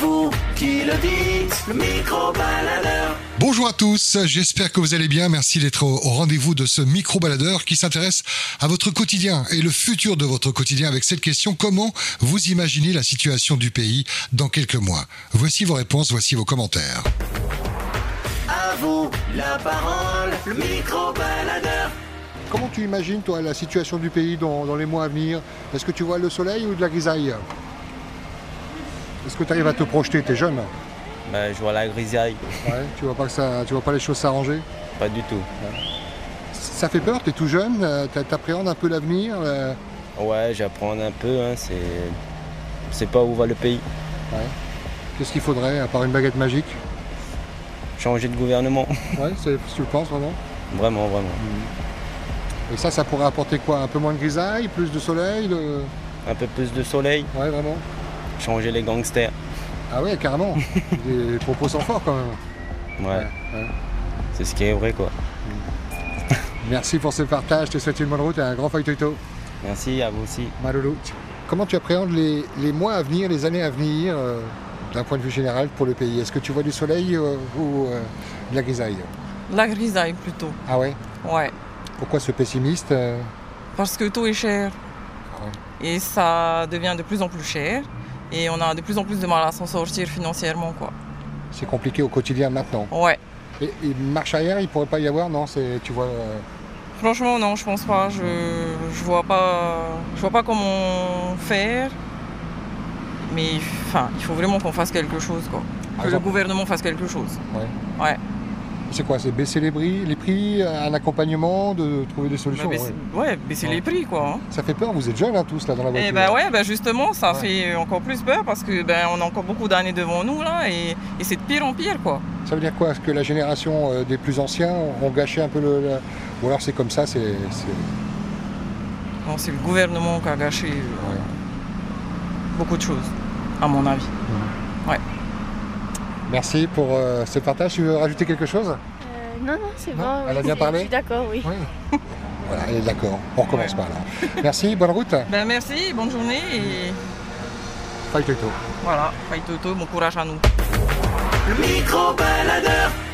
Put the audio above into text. vous qui le dites, le micro-baladeur. Bonjour à tous, j'espère que vous allez bien. Merci d'être au au rendez-vous de ce micro-baladeur qui s'intéresse à votre quotidien et le futur de votre quotidien avec cette question comment vous imaginez la situation du pays dans quelques mois Voici vos réponses, voici vos commentaires. À vous la parole, le micro-baladeur. Comment tu imagines, toi, la situation du pays dans, dans les mois à venir Est-ce que tu vois le soleil ou de la grisaille Est-ce que tu arrives à te projeter T'es jeune. Bah, je vois la grisaille. Ouais, tu vois pas que ça, tu vois pas les choses s'arranger Pas du tout. Ça fait peur, t'es tout jeune, euh, t'a- t'appréhendes un peu l'avenir. euh, Ouais, j'apprends un peu. Hein, c'est... c'est pas où va le pays. Qu'est-ce qu'il faudrait, à part une baguette magique Changer de gouvernement. Ouais, c'est ce que tu penses vraiment. vraiment, vraiment. Et ça, ça pourrait apporter quoi Un peu moins de grisaille, plus de soleil de... Un peu plus de soleil. Ouais, vraiment. Changer les gangsters. Ah ouais, carrément. Des propos sans fort quand même. Ouais. ouais. C'est ce qui est vrai, quoi. Merci pour ce partage, je te souhaite une bonne route et un grand feuilleton. Merci à vous aussi. Maloulou. Comment tu appréhendes les, les mois à venir, les années à venir, euh, d'un point de vue général pour le pays Est-ce que tu vois du soleil euh, ou euh, de la grisaille La grisaille plutôt, Ah ouais ouais. Pourquoi ce pessimiste euh Parce que tout est cher. Et ça devient de plus en plus cher. Et on a de plus en plus de mal à s'en sortir financièrement, quoi. C'est compliqué au quotidien maintenant. Ouais. Et, et marche arrière, il pourrait pas y avoir, non C'est tu vois. euh, Franchement, non, je pense pas. Je, je vois pas. Je vois pas comment faire. Mais enfin, il faut vraiment qu'on fasse quelque chose, quoi. par Que le exemple, gouvernement fasse quelque chose. c'est quoi C'est baisser les prix, les prix, euh, un accompagnement, de trouver des Bah, solutions. baisser- ouais. ouais, baisser Ouais. les prix, quoi. hein. Ça fait peur. Vous êtes jeunes hein, tous là dans la voiture. Eh ben ouais, ben justement, ça Ouais. fait encore plus peur parce que ben on a encore beaucoup d'années devant nous là et, et c'est de pire en pire quoi. Ça veut dire quoi Est-ce que la génération euh, des plus anciens ont gâché un peu le. le- Ou alors c'est comme ça, c'est. c'est- Non, c'est le gouvernement qui a gâché euh, beaucoup de choses, à mon avis. Merci pour euh, ce partage. Tu veux rajouter quelque chose Euh, non, non, c'est Non, bon. elle a bien Je- parlé Je suis d'accord, oui. Oui. voilà, elle est d'accord. On recommence pas là. Merci, bonne route. Ben merci, bonne journée et Fight voilà, faille Toto, bon courage à nous. Le micro-baladeur.